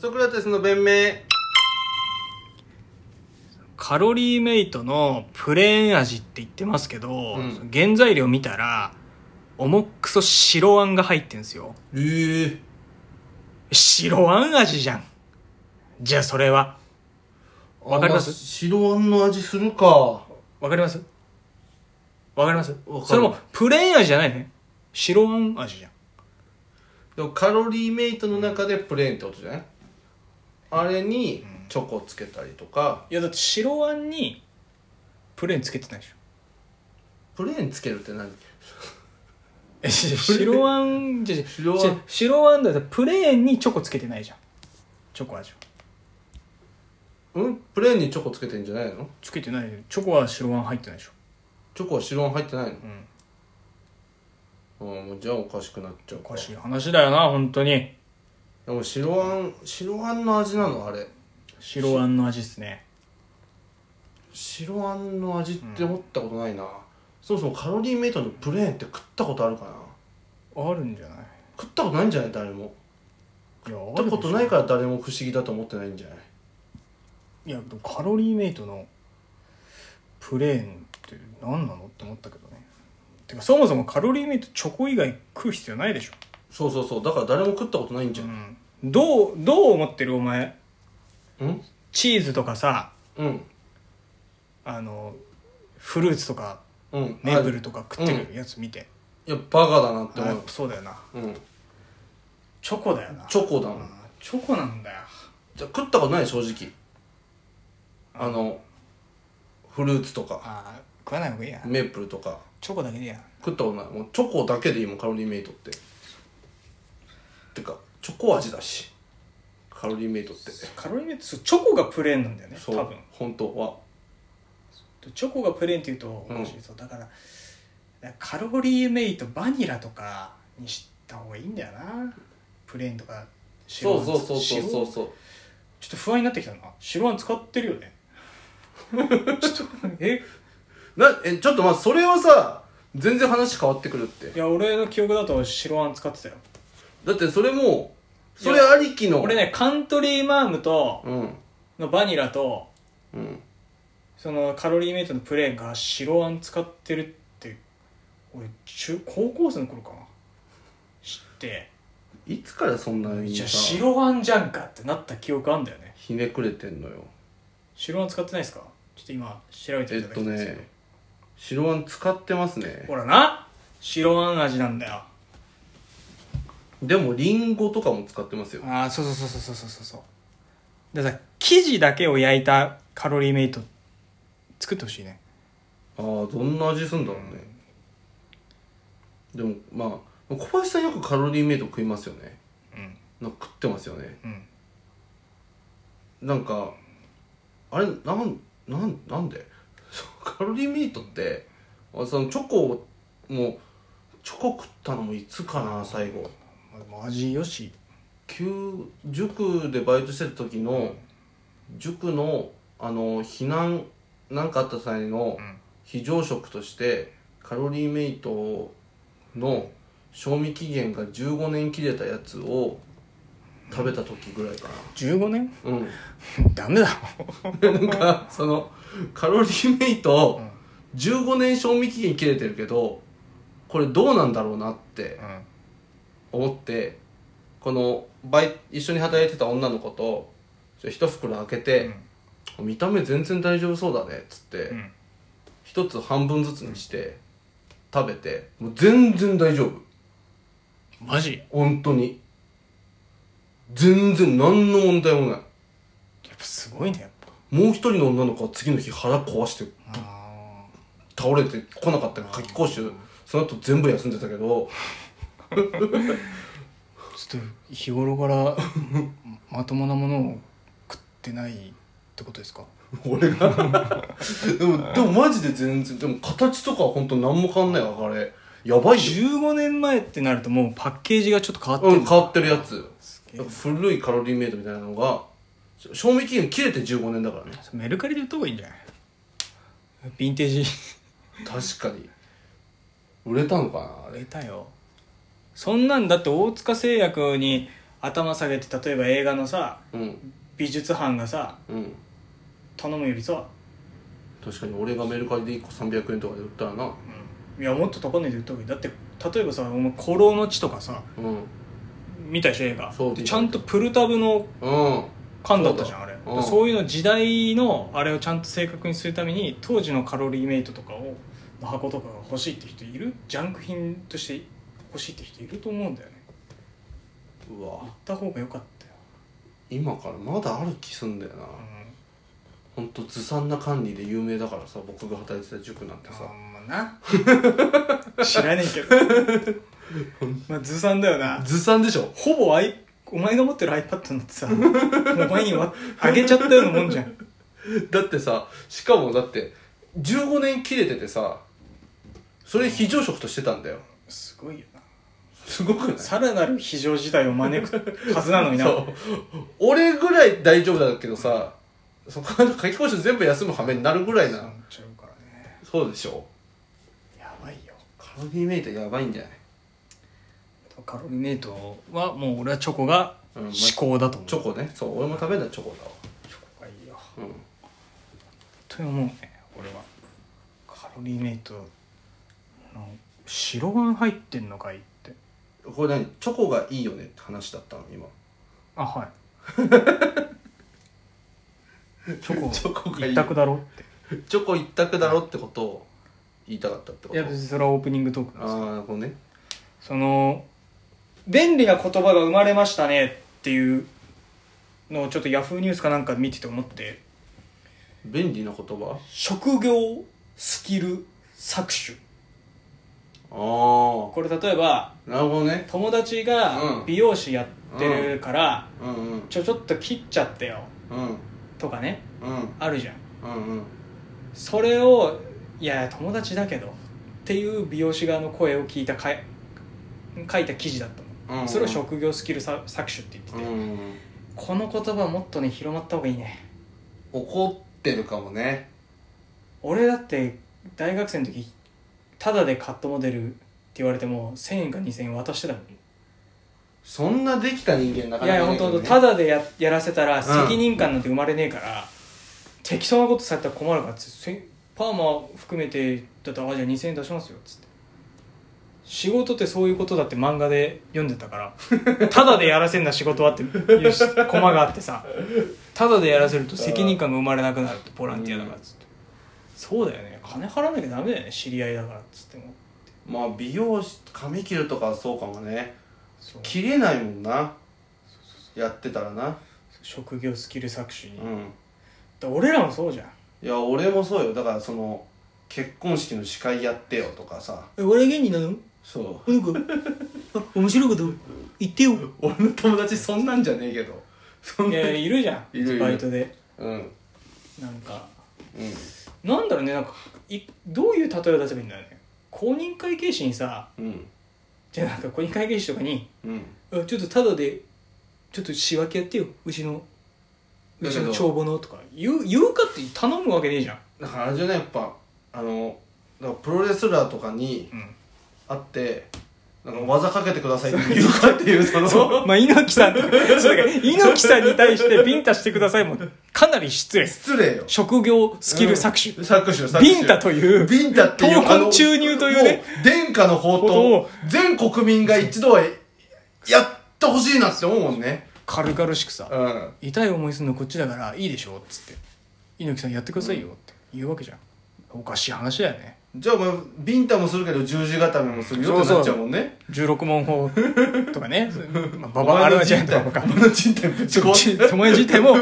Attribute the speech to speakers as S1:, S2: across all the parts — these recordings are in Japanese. S1: ソクラテスの弁明
S2: カロリーメイトのプレーン味って言ってますけど、
S1: うん
S2: 原材料見たら重っくそ白あんが入ってんすよ
S1: ええ
S2: 白あん味じゃんじゃあそれはわかります
S1: あ白あんの味するか
S2: わかりますわかります
S1: わかる
S2: それもプレーン味じゃないね白あん味じゃん
S1: でもカロリーメイトの中でプレーンってことじゃないあれにチョコつけたりとか
S2: いやだって白あんにプレーンつけてないでしょ
S1: プレーンつけるって何
S2: え白あんじゃじゃ
S1: 白あん
S2: じゃ白あんだってプレーンにチョコつけてないじゃんチョコ味は
S1: うんプレーンにチョコつけてんじゃないの
S2: つけてないチョコは白あん入ってないでしょ
S1: チョコは白あん入ってないの
S2: うん
S1: うんもうじゃあおかしくなっちゃう
S2: おかしい話だよな本当に
S1: でも白あん白あんの味なのあれ
S2: 白あんの味っすね
S1: 白あんの味って思ったことないな、そもそもカロリーメイトのプレーンって食ったことあるかな
S2: あるんじゃない
S1: 食ったことないんじゃない誰も
S2: いやあ
S1: 食っ
S2: る
S1: たことない
S2: ら
S1: から誰も不思議だと思ってないんじゃない
S2: いやでもカロリーメイトのプレーンって何なのって思ったけどねてかそもそもカロリーメイトチョコ以外食う必要ないでしょ、
S1: そうそうそうだから誰も食ったことないんじゃ
S2: うんん、どうどう思ってるお前
S1: うん
S2: チーズとかさ
S1: うん
S2: あのフルーツとか
S1: うん
S2: メープルとか食ってるやつ見て、
S1: いやバカだなって
S2: あや
S1: 思
S2: っぱそうだよな
S1: う、うん、
S2: チョコだよな
S1: チョコだもん、
S2: うんチョコなんだよ
S1: じゃあ食ったことない正直あのフルーツとか
S2: ああ食わない方がいいや
S1: メープルとか
S2: チョコだけでいいや
S1: 食ったことないもうチョコだけでいいもんカロリーメイトっててかチョコ味だしカロリーメイトって
S2: カロリーメイトそうチョコがプレーンなんだよね
S1: そ
S2: 多
S1: う
S2: 分
S1: 本当は
S2: チョコがプレーンっていうと
S1: うん
S2: 美味しいそうだからだからカロリーメイトバニラとかにした方がいいんだよなプレーンとか白
S1: そ
S2: あ
S1: うんそうそうそうそう
S2: 白
S1: そう
S2: ちょっと不安になってきたな白あん使ってるよね ちょっとえ
S1: なえちょっとまあそれはさ全然話変わってくるって
S2: いや俺の記憶だと白あん使ってたよ
S1: だってそれもうそれありきの
S2: 俺ねカントリーマームと
S1: うん
S2: のバニラと
S1: うん
S2: そのカロリーメイトのプレーンが白あん使ってるって俺中高校生の頃かな知って
S1: いつからそんなに
S2: じゃあ
S1: さ
S2: 白あんじゃんかってなった記憶あんだよね
S1: ひねくれてんのよ
S2: 白あん使ってないですかちょっと今調べて
S1: え
S2: い
S1: った
S2: だき
S1: と
S2: たいんですけど、
S1: ね白あん使ってますね
S2: ほらな白あん味なんだよ
S1: でもリンゴとかも使ってますよ
S2: ああそうそうそうそうそうそうそうだからさ生地だけを焼いたカロリーメイト作ってほしいね
S1: ああどんな味すんだろうねでもまあ小林さんよくカロリーメイト食いますよね
S2: うん
S1: なんか食ってますよね
S2: うん
S1: なんかあれなんなんなんで カロリーメイトってあそのチョコもチョコ食ったのもいつかな最後
S2: まあでも味よし
S1: 旧塾でバイトしてた時の塾のあの避難なんかあった際の
S2: うん
S1: 非常食としてカロリーメイトの賞味期限が15年切れたやつを食べた時ぐらいか
S2: 15年
S1: なうん
S2: ダメだ
S1: なんかそのカロリーメイト15年賞味期限切れてるけどこれどうなんだろうなって
S2: うん
S1: 思ってこのバイ一緒に働いてた女の子とちょ一袋開けて、見た目全然大丈夫そうだねっつって
S2: うん
S1: 一、つ半分ずつにして食べてもう全然大丈夫
S2: マジ
S1: 本当に全然何の問題もない
S2: やっぱすごいねやっぱ
S1: もう一人の女の子は次の日腹壊して
S2: あ
S1: 倒れてこなかったから夏期講習その後全部休んでたけど
S2: あちょっと日頃からまともなものを食ってないってことですか
S1: 俺がでもでもマジで全然でも形とかは本当何も変わんないわあれやばいよ
S2: 15年前ってなるともうパッケージがちょっと変わって
S1: う
S2: る、
S1: ん変わってるやつ
S2: すげえ
S1: 古いカロリーメイトみたいなのが賞味期限切れて15年だからね
S2: メルカリで売った方がいいんじゃないヴィンテージ
S1: 確かに売れたのかなあ
S2: 売
S1: れ
S2: れたよそんなんだって大塚製薬に頭下げて例えば映画のさ
S1: うん
S2: 美術班がさ
S1: うん
S2: 頼むよりさ、
S1: 確かに俺がメルカリで1個300円とかで売ったらな
S2: うん、いやもっと高値で売った方がいいだって例えばさお前「古老の地」とかさ
S1: うん
S2: 見たでしょ映画
S1: そう見た
S2: でちゃんとプルタブの
S1: うん
S2: 缶だったじゃんあれ
S1: うん
S2: そういうの時代のあれをちゃんと正確にするために当時のカロリーメイトとかをの箱とかが欲しいって人いるジャンク品として欲しいって人いると思うんだよね
S1: うわ
S2: 買った方が良かったよ、
S1: 今からまだある気すんだよな
S2: う
S1: ほんとずさんな管理で有名だからさ僕が働いてた塾なんて
S2: ん、
S1: さ
S2: あんまな知らねえけ どまあずさんだよな
S1: ずさんでしょ
S2: ほぼアイお前が持ってる iPad のってさお前にわあげちゃったようなもんじゃん
S1: だってさしかもだって15年切れててさそれ非常食としてたんだよ
S2: すごいよな
S1: すごくない
S2: さらなる非常事態を招くはずなのにな
S1: そう俺ぐらい大丈夫だけどさそこから夏期講習全部休む羽目になるぐらい
S2: な
S1: な
S2: っちゃうからね
S1: そうでしょ
S2: やばいよ
S1: カロリーメイトやばいんじゃない
S2: カロリーメイトはもう俺はチョコが
S1: うんま
S2: 至高だと思う
S1: チョコねそう俺も食べるのはチョコ
S2: チョコがいいよ本
S1: だわ
S2: 当に思うね俺はカロリーメイトの白ご飯入ってんのかいって
S1: うんこれ何チョコがいいよねって話だったの今
S2: あはい チョコ
S1: チョコがいい
S2: 一択だろって
S1: チョコ一択だろってことを言いたかったってこ
S2: い
S1: と
S2: や別にそれはオープニングトークなんですよ
S1: ああこのね
S2: その便利な言葉が生まれましたねっていうのをちょっとヤフーニュースかなんか見てて思って
S1: 便利な言葉
S2: 職業スキル搾取
S1: あ
S2: これ例えば
S1: あなるほどね
S2: 友達が
S1: うん
S2: 美容師やってるから、
S1: うんうん
S2: ちょちょっと切っちゃってよ
S1: うん
S2: とかね
S1: うん
S2: あるじゃ
S1: う
S2: ん
S1: んうん
S2: それをいや友達だけどっていう美容師側の声を聞いたかい書いた記事だったの、
S1: うん
S2: それを職業スキルさ搾取って言っ
S1: う
S2: てて、
S1: ん
S2: この言葉もっとね広まった方がいいね
S1: 怒ってるかもね
S2: 俺だって大学生の時タダでカットモデルって言われても1000円か2000円渡してたもん
S1: そんなできた人間なか
S2: い
S1: な
S2: や
S1: か
S2: いや
S1: な
S2: 本
S1: けどね
S2: 当本当ただでややらせたら
S1: ん
S2: 責任感なんて生まれねえから、適当なことされたら困るからっつってせパーマ含めてだったらあじゃあ2000円出しますよっつって仕事ってそういうことだって漫画で読んでたか らただでやらせんな仕事はっていうしコマがあってさただでやらせると責任感が生まれなくなるってボランティアだからっつって、そうだよね金払わなきゃダメだよね知り合いだからっつっても
S1: まあ美容師髪切るとかはそうかもね
S2: そう
S1: 切れないもんなやってたらな
S2: 職業スキル搾取に、だか
S1: うん
S2: ら俺らもそうじゃん
S1: いや俺もそうよだからその結婚式の司会やってよとかさ
S2: え俺芸人なの
S1: そ
S2: なんか、あ、面白いこと言ってよ。
S1: う俺の友達そんなんじゃねえけどそん
S2: い
S1: な
S2: や、いるじゃん。
S1: いるいる
S2: バイトで。
S1: うんうん
S2: なんか、なんだろうね、なんか、いどういう例えを出せばいいんだろうね。公認会計士にさ、
S1: うん
S2: じゃあなんか公認会計士とかに、
S1: うん
S2: あちょっとタダで、ちょっと仕分けやってよ、うちの、う
S1: だ
S2: ち
S1: けど
S2: の帳簿のとか。言う、言うかって頼むわけねえじゃん。
S1: だからあれじゃないやっぱあのだからプロレスラーとかに
S2: うん。
S1: 会ってなんか技かけてくださいって言うかっていうその
S2: そう、まあ、猪木さんとか、そうだけど猪木さんに対してビンタしてくださいも、かなり失礼。
S1: 失礼よ
S2: 職業スキル搾取。
S1: 搾取よ搾取
S2: ビンタという、
S1: ビンタっていう
S2: 闘魂注入というね
S1: あのもう殿下の宝刀
S2: こと
S1: を
S2: を
S1: 全国民が一度はやってほしいなって思うもんね
S2: 軽々しくさ、
S1: うん
S2: 痛い思いするのこっちだからいいでしょっつって猪木さんやってくださいよって言うわけじゃんおかしい話だよね
S1: じゃあお前ビンタもするけど十字固めもするよってなっちゃうもんね
S2: 16問法と かねまあバ
S1: お
S2: バア
S1: 前
S2: ラ
S1: の
S2: ジャ
S1: 人
S2: ンと
S1: 体
S2: か
S1: お前の人体ぶち壊す
S2: ち友達自体も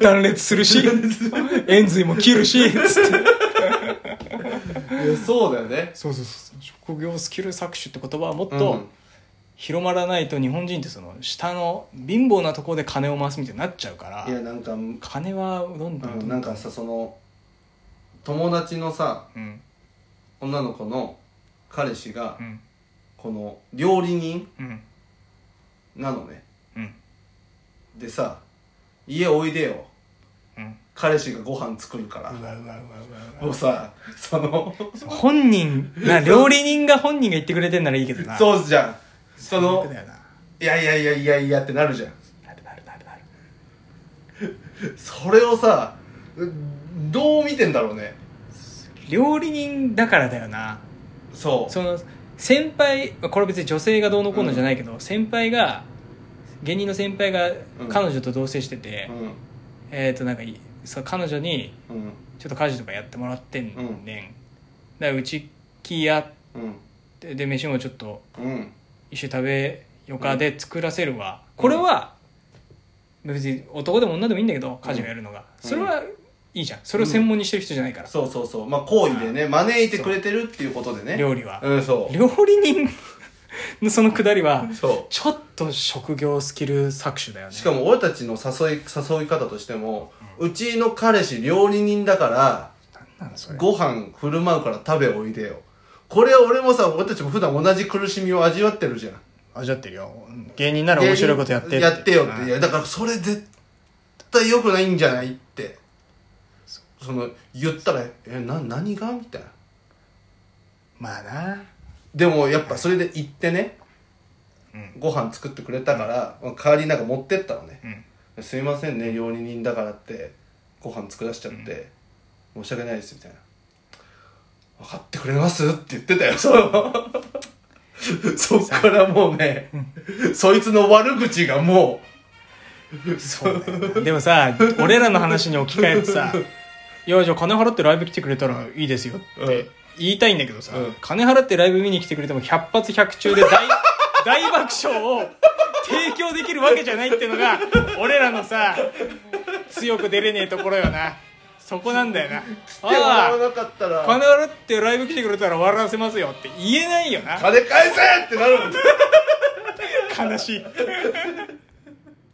S2: 断裂するし円髄も切るしつって
S1: いやそうだよね
S2: そうそうそう職業スキル搾取って言葉はもっ
S1: う
S2: と
S1: ん
S2: 広まらないと日本人ってその下の貧乏なところで金を回すみたいになっちゃうから
S1: いやなんか、う
S2: 金はどんどんど
S1: ん、
S2: ん
S1: なんかさその友達のさ
S2: うん
S1: 女の子の彼氏が
S2: うん
S1: この料理人
S2: うん
S1: なのね
S2: うん
S1: でさ家おいでよ
S2: うん
S1: 彼氏がご飯作るから
S2: うわうわうわうわうわ
S1: もうさその
S2: 本人な料理人が本人が言ってくれてんならいいけどなう
S1: そうじゃんその
S2: だよな
S1: いやいやいやいやいやってなるじゃん
S2: なるなるなるなる
S1: それをさうどう見てんだろうね
S2: 料理人だからだよな
S1: そう
S2: その先輩まあこれ別に女性がどうのこうのじゃないけど、先輩が芸人の先輩が
S1: ん
S2: 彼女と同棲してて、
S1: うん
S2: えっ、となんかいそう彼女に
S1: うん
S2: ちょっと家事とかやってもらってんねん、だからうち来やっ
S1: うん
S2: てで飯もちょっと
S1: うん
S2: 一緒に食べよかで作らせるわ、これは別に男でも女でもいいんだけど家事をやるのが、
S1: うん
S2: それはいいじゃんそれを専門にしてる人じゃないから、
S1: そうそうそうまあ好意でね招いてくれてるっていうことでね
S2: 料理は、
S1: うんそ
S2: 料理人の そのくだりは
S1: うそ
S2: ちょっと職業スキル搾取だよ
S1: う
S2: ね
S1: しかも俺たちの誘い誘い方としてもうちの彼氏料理人だから
S2: なんだそれ
S1: ご飯振る舞うから食べおいでよこれ俺もさ俺たちも普段同じ苦しみを味わってるじゃん
S2: 味わってるよ芸人なら面白いことやって
S1: やってよって
S2: うん
S1: いやだからそれ絶対良くないんじゃないってその言ったら「えな何が?」みたいな
S2: まあな
S1: でもやっぱそれで行ってね、
S2: うん
S1: ご飯作ってくれたから、代わりになんか持ってったのね
S2: う
S1: 「
S2: ん
S1: すいませんね料理人だからってご飯作らしちゃって、申し訳ないです」みたいな「分かってくれます?」って言ってた よそのそっからもうね、そいつの悪口がもう
S2: そうだよなでもさ俺らの話に置き換えるとさ「いやじゃあ金払ってライブ来てくれたらいいですよ」って言いたいんだけどさ、
S1: うん
S2: 金払ってライブ見に来てくれても100発100中で 大大爆笑を提供できるわけじゃないっていうのが俺らのさ強く出れねえところよなそこなんだよな
S1: 来てもらわ
S2: あ
S1: なかった
S2: あ
S1: ら
S2: 金払ってライブ来てくれたら笑わせますよって言えないよな
S1: 金返せってなるもん
S2: 悲しい